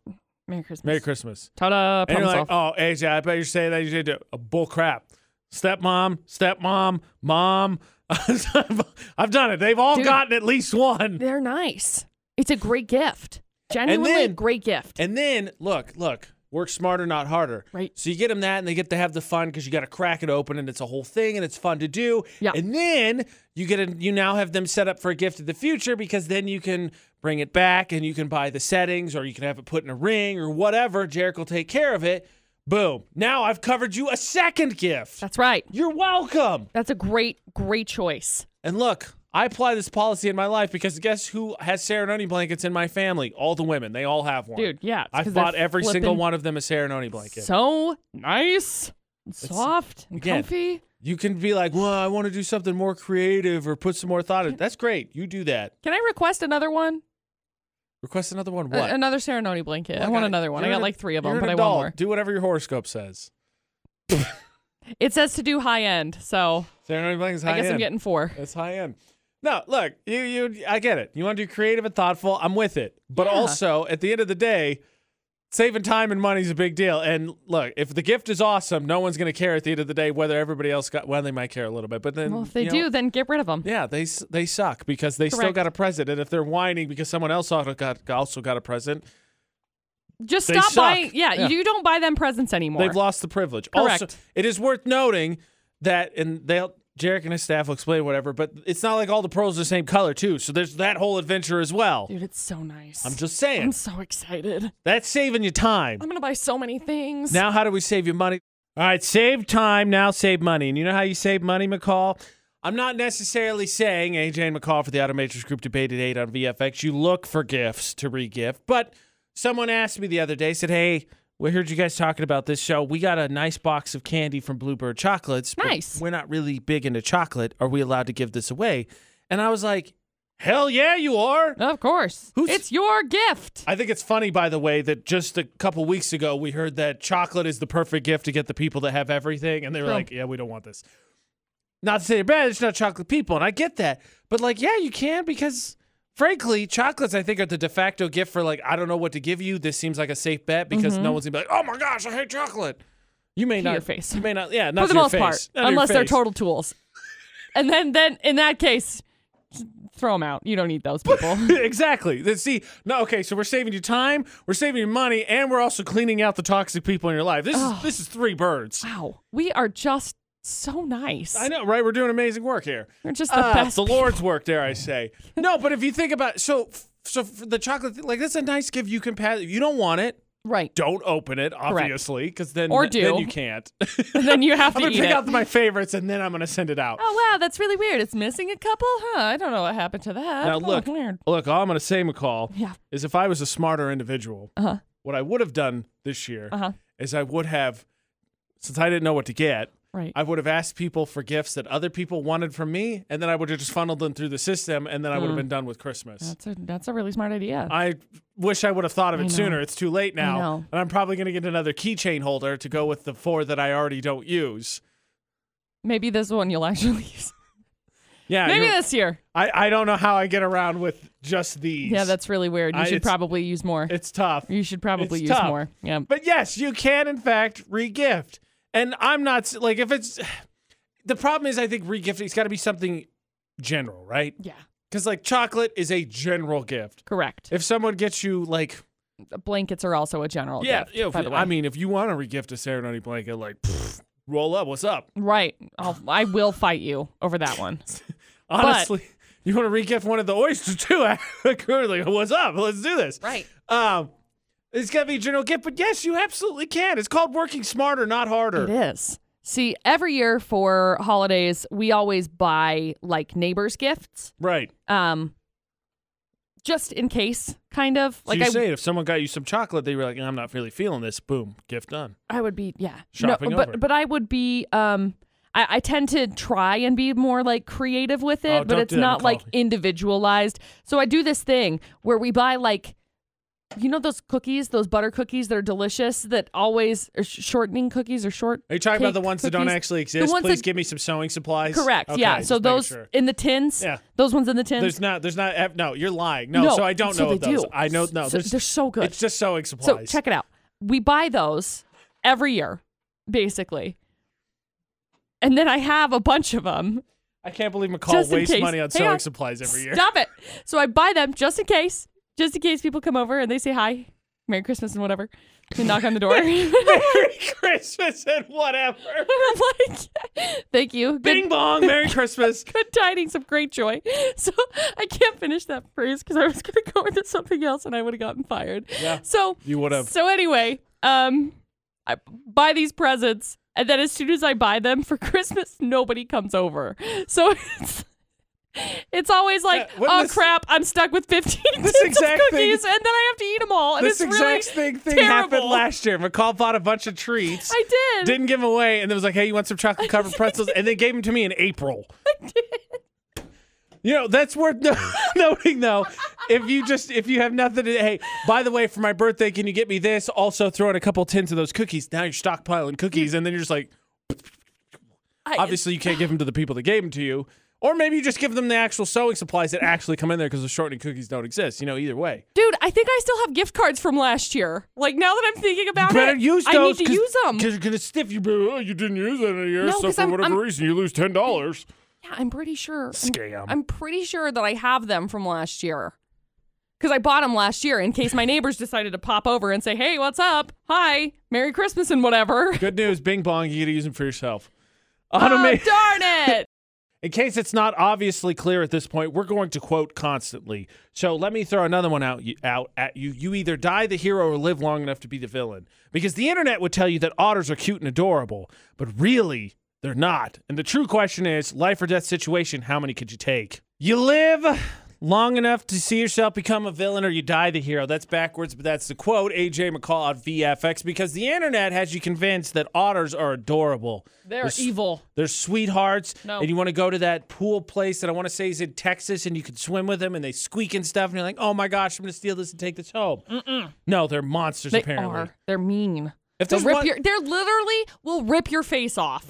Merry Christmas.
Merry Christmas.
Ta-da.
And
Problem
you're like,
solved.
oh, AJ, I bet you're saying that you did it." a bull crap. Stepmom, stepmom, mom. I've done it. They've all
Dude.
gotten at least one.
They're nice. It's a great gift. Genuinely a
then-
great gift.
And then look, look, work smarter, not harder.
Right.
So you get them that, and they get to have the fun because you got to crack it open, and it's a whole thing, and it's fun to do.
Yeah.
And then you get a, you now have them set up for a gift of the future because then you can bring it back and you can buy the settings or you can have it put in a ring or whatever. Jarek will take care of it. Boom. Now I've covered you a second gift.
That's right.
You're welcome.
That's a great, great choice.
And look, I apply this policy in my life because guess who has Serenoni blankets in my family? All the women. They all have one.
Dude, yeah. it's
I've
'cause they're
bought every single
flippin'
one of them a Serenoni blanket.
So nice, and soft, and
again,
comfy.
you can be like, well, I want to do something more creative or put some more thought in. That's great. You do that.
Can I request another one?
Request another one.
A-
What?
another Serenoni blanket.
Well,
Uh, I want
got-
another one. I
you're
got
an-
like three of
you're
them,
an
but I
adult.
want more.
Do whatever your horoscope says.
It says to do high end, so
Serenoni blanket's high
I guess
end.
I'm getting four.
It's high end. No, look, you you I get it. You want to do creative and thoughtful. I'm with it. But
Yeah.
also, at the end of the day, saving time and money is a big deal. And look, if the gift is awesome, no one's going to care at the end of the day whether everybody else got well, they might care a little bit. But then
Well, if they
you
do,
know,
then get rid of them.
yeah, they s- they suck because they still
Correct.
got a present. And if they're whining because someone else also got also got a present,
Just
They
stop
suck.
buying. Yeah,
Yeah.
you don't buy them presents anymore.
They've lost the privilege. Also,
Correct.
it is worth noting that, and they'll Jarek and his staff will explain whatever, but it's not like all the pearls are the same color too. So there's that whole adventure as well.
Dude, it's so nice.
I'm just
I'm
saying
so excited.
that's saving you time.
I'm gonna buy so many things.
Now, how do we save you money? All right, save time, now save money. And you know how you save money, McCall? I'm not necessarily saying AJ and McCall for the Automatrix Group debate at 8 on VFX. You look for gifts to regift. But someone asked me the other day, said, Hey, we heard you guys talking about this show. We got a nice box of candy from Bluebird Chocolates. but
Nice.
We're not really big into chocolate. Are we allowed to give this away? And I was like, Hell yeah, you are.
of course,
Who's-
it's your gift.
I think it's funny, by the way, that just a couple weeks ago we heard that chocolate is the perfect gift to get the people that have everything, and they were
True.
like, "Yeah, we don't want this." Not to say they're bad; it's not chocolate people, and I get that. But like, yeah, you can because, frankly, chocolates I think are the de facto gift for like I don't know what to give you. This seems like a safe bet because no one's gonna be like, "Oh my gosh, I hate chocolate." You may
To
not.
Mm-hmm. your face.
You may not. Yeah, not to
for the
your
most
face,
part,
not to your
unless they're
face.
total tools. and then, then in that case, just throw them out. You don't need those people.
exactly. Then See, no, okay. So we're saving you time, we're saving you money, and we're also cleaning out the toxic people in your life. This is this is three birds.
wow, we are just so nice.
I know, right? We're doing amazing work here.
We're just the
Ah,
best.
The Lord's work, dare I say? No, but if you think about so so for the chocolate, like that's a nice gift you can pass. If you don't want it,
right.
don't open it, obviously, because then
Or do.
then you can't.
And then you have to
I'm gonna
eat
pick
it.
out my favorites and then I'm gonna send it out.
Oh wow, that's really weird. It's missing a couple, huh? I don't know what happened to that.
Now
Oh,
look,
weird.
look. All I'm gonna say, McCall,
Yeah.
is if I was a smarter individual,
Uh-huh.
what I would have done this year
Uh huh.
is I would have, since I didn't know what to get,
Right.
I would have asked people for gifts that other people wanted from me, and then I would have just funneled them through the system, and then I would have
Hmm.
been done with Christmas.
that's a that's a really smart idea.
I wish I would have thought of
I
it
know.
sooner. It's too late now.
know.
And I'm probably going to get another keychain holder to go with the four that I already don't use.
Maybe this one you'll actually use.
Yeah.
Maybe
you're-
this year.
I, I don't know how I get around with just these.
Yeah, that's really weird. You
I-
should
it's-
probably use more.
It's tough.
You should probably
it's
use
tough.
more. Yeah.
But yes, you can, in fact, regift. And I'm not s- like, if it's the problem is, I think regifting, it's got to be something general, right?
Yeah.
Because like chocolate is a general gift.
Correct.
If someone gets you like,
Blankets are also a general
yeah,
gift.
yeah, if-
by the way.
I mean, if you want to regift a ceremony blanket, like, pfft, roll up, what's up?
right. I'll, I will fight you over that one.
Honestly, you want to regift one of the oysters too? I- Currently, what's up? Let's do this.
Right.
Um, it's got to be a general gift, but yes, you absolutely can. It's called working smarter, not
It
harder.
is. See, every year for holidays, we always buy like neighbors' gifts.
Right.
um just in case kind of
Like
like
so you
I,
say, it, if someone got you some chocolate, they were like, "I'm not really feeling this." Boom, gift done.
I would be yeah
Shopping
no,
over.
but but I would be um I, I tend to try and be more like creative with it
Oh,
but
don't
it's
do that,
not like
Nicole.
individualized so I do this thing where we buy like you know those cookies those butter cookies that are delicious that always are sh- shortening cookies or short
Are you talking about the
cake
ones that don't
cookies?
actually exist?
ones
Please
that-
give me some sewing supplies.
correct
Okay,
yeah so
just making
those
sure.
in the tins
Yeah.
those ones in the tins
There's not. There's not. ev- No, you're lying. No. so I don't
so
know of
they
those.
do.
I know. No.
So
there's-
they're so good
It's just sewing
So
supplies.
check it out. We buy those every year, basically. And then I have a bunch of them.
I can't believe McCall
Just in
wastes
case.
money on
Hang
sewing
on.
supplies every year.
Stop it. So I buy them just in case, just in case people come over and they say hi, Merry Christmas and whatever, and knock on the door.
Merry Christmas and whatever.
I'm like, thank you. Good,
Bing bong, Merry Christmas.
good tidings of great joy. So I can't finish that phrase because I was going to go into something else and I would have gotten fired.
Yeah.
So
You would have.
So anyway, um, I buy these presents, and then as soon as I buy them for Christmas, nobody comes over. So it's it's always like,
Uh, what-
oh
this-
crap, I'm stuck with 15 tins of
exact
cookies,
thing-
and then I have to eat them all, and
This
it's
exact
really
thing, thing
terrible.
happened last year. McCall bought a bunch of treats,
I did.
didn't give 'em away, and then was like, hey, you want some chocolate covered pretzels? and they gave them to me in April. You know, that's worth no- noting though. If you just if you have nothing to hey, by the way, for my birthday, can you get me this? Also throw in a couple tins of those cookies. Now you're stockpiling cookies, and then you're just like,
I-
obviously you can't give them to the people that gave them to you or maybe you just give them the actual sewing supplies that actually come in there because the shortening cookies don't exist you know either way
dude, I think I still have gift cards from last year. Like now that I'm thinking about
better
it,
use
I
those
need to use them.
because you're gonna stiff you oh, you didn't use it in a year
No,
so
'cause
for
I'm-
whatever
I'm-
reason you lose ten dollars
Yeah, I'm pretty sure. I'm-
Scam.
I'm, pretty sure that I have them from last year. Because I bought them last year in case my neighbors decided to pop over and say, hey, what's up? Hi, Merry Christmas and whatever.
good news bing bong you gotta use them for yourself
Oh,
automate
darn it.
In case it's not obviously clear at this point, we're going to quote constantly. So let me throw another one out, out at you. You either die the hero or live long enough to be the villain. Because the internet would tell you that otters are cute and adorable, but really, they're not. And the true question is life or death situation, how many could you take? You live long enough to see yourself become a villain or you die the hero. That's backwards, but that's the quote. AJ McCall on VFX because the internet has you convinced that otters are adorable.
They're
There's-
evil.
They're sweethearts.
No.
And you want to go to that pool place that I want to say is in Texas and you can swim with them and they squeak and stuff. And you're like, oh my gosh, I'm going to steal this and take this home. No, they're monsters,
They
apparently.
are. They're mean.
If
They'll
there's
rip
one-
your. They're literally will rip your face off.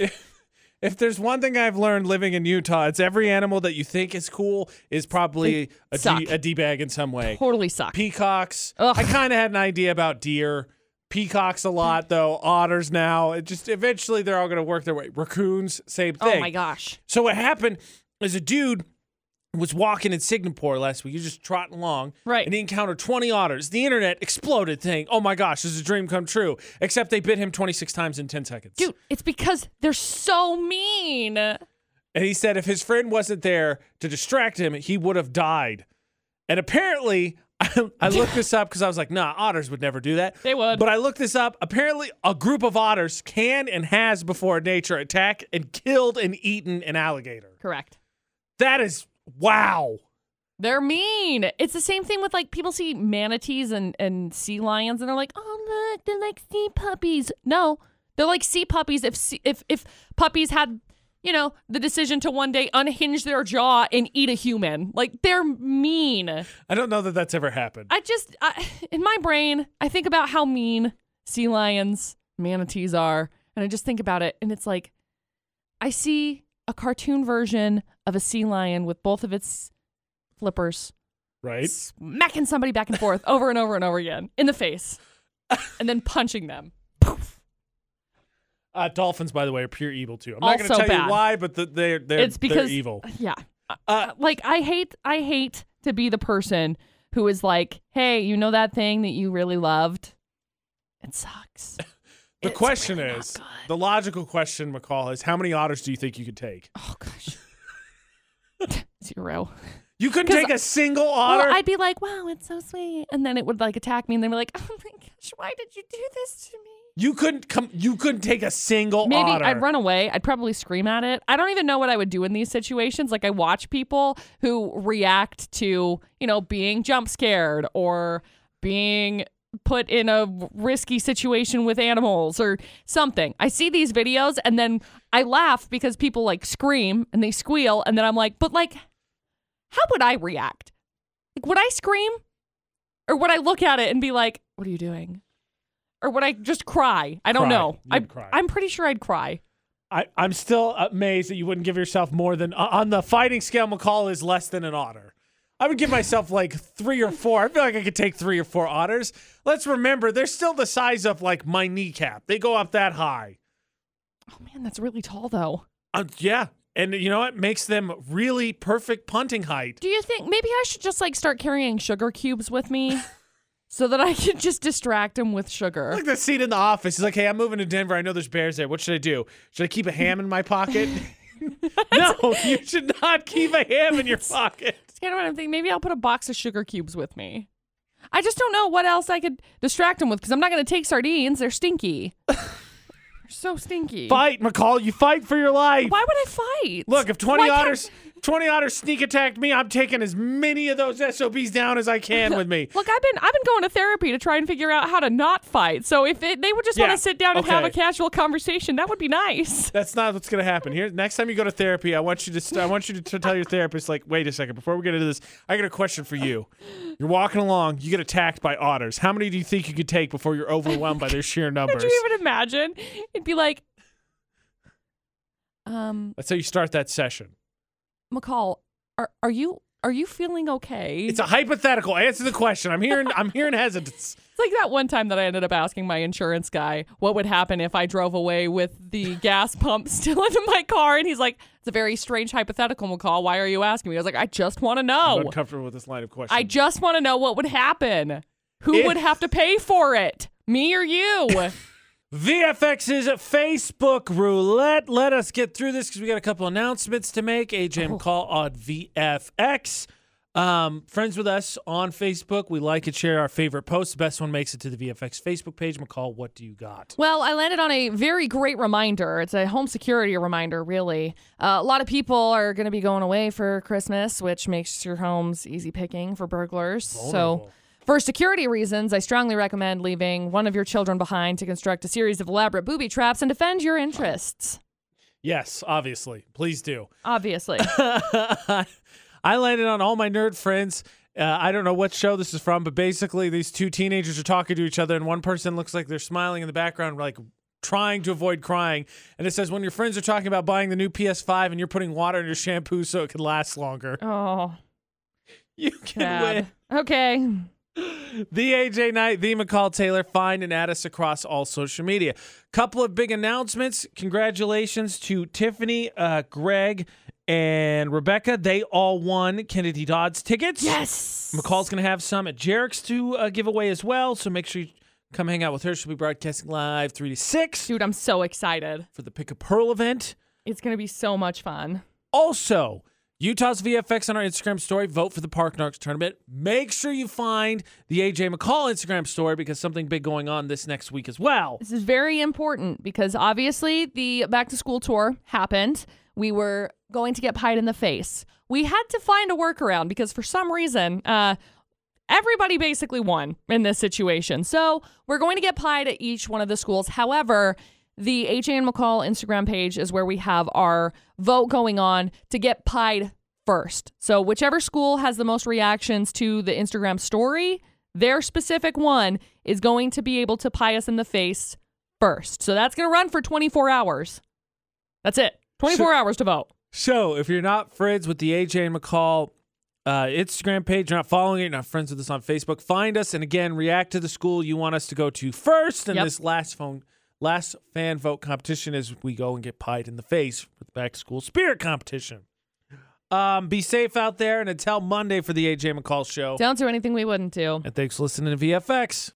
If there's one thing I've learned living in Utah, it's every animal that you think is cool is probably a
suck.
D- a D-bag in some way.
totally suck.
Peacocks.
Ugh.
I kind of had an idea about deer. Peacocks a lot though. Otters now. It just eventually they're all going to work their way. Raccoons, same thing.
oh my gosh.
So what happened is a dude was walking in Singapore last week. He was just trotting along.
Right.
And he encountered 20 otters. The internet exploded saying, oh my gosh, this is a dream come true. Except they bit him 26 times in 10 seconds.
Dude, it's because they're so mean.
And he said if his friend wasn't there to distract him, he would have died. And apparently, I, I looked this up because I was like, nah, otters would never do that.
They would.
But I looked this up. Apparently, a group of otters can and has before nature attack and killed and eaten an alligator.
Correct.
That is wow.
They're mean. It's the same thing with like people see manatees and, and sea lions and they're like, oh look, they're like sea puppies. No, they're like sea puppies. If sea, if if puppies had, you know, the decision to one day unhinge their jaw and eat a human, like they're mean.
I don't know that that's ever happened.
I just I, in my brain, I think about how mean sea lions, manatees are, and I just think about it, and it's like I see a cartoon version of a sea lion with both of its flippers
right?
smacking somebody back and forth over and over and over again in the face and then punching them.
Uh, dolphins, by the way, are pure evil too. I'm not going to
Also
tell
bad.
you why, but the, they're they're,
it's
they're
because
evil.
Yeah.
Uh,
Like I hate I hate to be the person who is like, "Hey, you know that thing that you really loved? It sucks."
the
It's
question
really not
is,
good.
the logical question, McCall, is how many otters do you think you could take?
Oh gosh. Zero.
You couldn't
'Cause
take a single
Well,
otter.
I'd be like, "Wow, it's so sweet," and then it would like attack me, and they'd be like, "Oh my gosh, why did you do this to me?"
you couldn't come. You couldn't take a single
Maybe
otter.
I'd run away. I'd probably scream at it. I don't even know what I would do in these situations. Like I watch people who react to, you know, being jump scared or being put in a risky situation with animals or something. I see these videos and then I laugh because people like scream and they squeal and then I'm like, "But like how would I react? Like would I scream? Or would I look at it and be like, "What are you doing?" Or would I just cry? I don't
Cry.
know.
You'd
I,
cry.
I'm pretty sure I'd cry.
I, I'm still amazed that you wouldn't give yourself more than uh, on the fighting scale. McCall is less than an otter. I would give myself like three or four. I feel like I could take three or four otters. Let's remember, they're still the size of like my kneecap. They go up that high.
Oh man, that's really tall though.
Uh, yeah, and you know what makes them really perfect punting height?
Do you think maybe I should just like start carrying sugar cubes with me so that I can just distract him with sugar?
Like the scene in the office. He's like, "Hey, I'm moving to Denver. I know there's bears there. What should I do? Should I keep a ham in my pocket?" no, you should not keep a ham in your pocket.
It's kind of what I'm thinking. Maybe I'll put a box of sugar cubes with me. I just don't know what else I could distract him with because I'm not going to take sardines. They're stinky. They're so stinky.
Fight, McCall. You fight for your life.
Why would I fight?
Look, if 20
Why can't-
otters 20 otters sneak attacked me, I'm taking as many of those SOBs down as I can with me.
Look, I've been I've been going to therapy to try and figure out how to not fight. So if it, they would just want
Yeah,
to sit down and have
okay.
a casual conversation, that would be nice.
That's not what's going to happen. Here, next time you go to therapy, I want you to st- I want you to t- tell your therapist like, "Wait a second, before we get into this, I got a question for you. You're walking along, you get attacked by otters. How many do you think you could take before you're overwhelmed by their sheer numbers?"
Could you even imagine? It'd be like, um,
That's how you start that session.
McCall, are are you are you feeling okay?
It's a hypothetical. Answer the question. I'm hearing I'm hearing hesitance.
It's like that one time that I ended up asking my insurance guy what would happen if I drove away with the gas pump still in my car, and he's like, "It's a very strange hypothetical, McCall. Why are you asking me?" I was like, "I just want to
I'm
know.
uncomfortable with this line of questions.
I just want to know what would happen. Who
If-
would have to pay for it, me or you?"
VFX's Facebook roulette. Let us get through this because we got a couple announcements to make. AJ
Oh.
McCall on VFX. Um, friends with us on Facebook. We like and share our favorite posts. The best one makes it to the VFX Facebook page. McCall, what do you got?
Well, I landed on a very great reminder. It's a home security reminder, really. Uh, a lot of people are going to be going away for Christmas, which makes your homes easy picking for burglars. So.
Vulnerable.
For security reasons, I strongly recommend leaving one of your children behind to construct a series of elaborate booby traps and defend your interests.
Yes, obviously. Please do.
Obviously.
I landed on all my nerd friends. Uh, I don't know what show this is from, but basically, these two teenagers are talking to each other, and one person looks like they're smiling in the background, like trying to avoid crying. And it says, When your friends are talking about buying the new PS5 and you're putting water in your shampoo so it can last longer,
oh,
you can
bad. Okay.
win. The AJ Knight, the McCall Taylor, find and add us across all social media. Couple of big announcements. Congratulations to Tiffany, uh, Greg, and Rebecca. They all won Kennedy Dodds tickets.
Yes.
McCall's going to have some at Jarek's to uh, give away as well. So make sure you come hang out with her. She'll be broadcasting live 3 to 6
Dude, I'm so excited.
for the Pick a Pearl event.
It's going to be so much fun.
Also, Utah's VFX on our Instagram story. Vote for the Park Narks tournament. Make sure you find the AJ McCall Instagram story because something big going on this next week as well.
This is very important because obviously the back to school tour happened. We were going to get pied in the face. We had to find a workaround because for some reason, uh, everybody basically won in this situation. So we're going to get pied at each one of the schools. However, the AJ and McCall Instagram page is where we have our vote going on to get pied first. So whichever school has the most reactions to the Instagram story, their specific one is going to be able to pie us in the face first. So that's going to run for 24 hours. That's it. 24 hours to vote.
So if you're not friends with the AJ and McCall uh, Instagram page, you're not following it, you're not friends with us on Facebook, find us and again react to the school you want us to go to first in
Yep.
this last phone last fan vote competition as we go and get pied in the face for the back to school spirit competition. Um, be safe out there and until Monday for the AJ McCall show.
Don't do anything we wouldn't do.
And thanks for listening to VFX.